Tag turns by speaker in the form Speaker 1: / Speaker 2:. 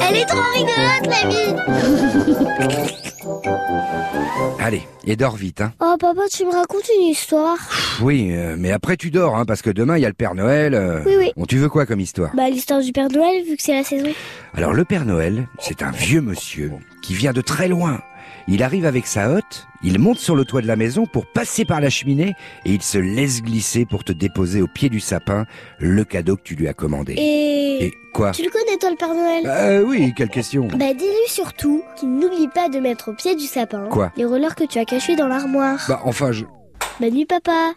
Speaker 1: Elle est trop rigolote, mamie
Speaker 2: Allez, et dors vite, hein.
Speaker 3: Oh papa, tu me racontes une histoire
Speaker 2: Pff, oui, euh, mais après tu dors, hein, parce que demain il y a le Père Noël. euh.
Speaker 3: Oui, oui.
Speaker 2: Bon, tu veux quoi comme histoire
Speaker 3: Bah l'histoire du Père Noël vu que c'est la saison.
Speaker 2: Alors le Père Noël, c'est un vieux monsieur qui vient de très loin. Il arrive avec sa hotte, il monte sur le toit de la maison pour passer par la cheminée et il se laisse glisser pour te déposer au pied du sapin le cadeau que tu lui as commandé.
Speaker 3: Et...
Speaker 2: Et ah. quoi
Speaker 3: Tu le connais toi le Père Noël
Speaker 2: Euh oui, quelle question
Speaker 3: Bah dis-lui surtout qu'il n'oublie pas de mettre au pied du sapin
Speaker 2: Quoi
Speaker 3: les rollers que tu as cachés dans l'armoire.
Speaker 2: Bah enfin je...
Speaker 3: Bonne nuit papa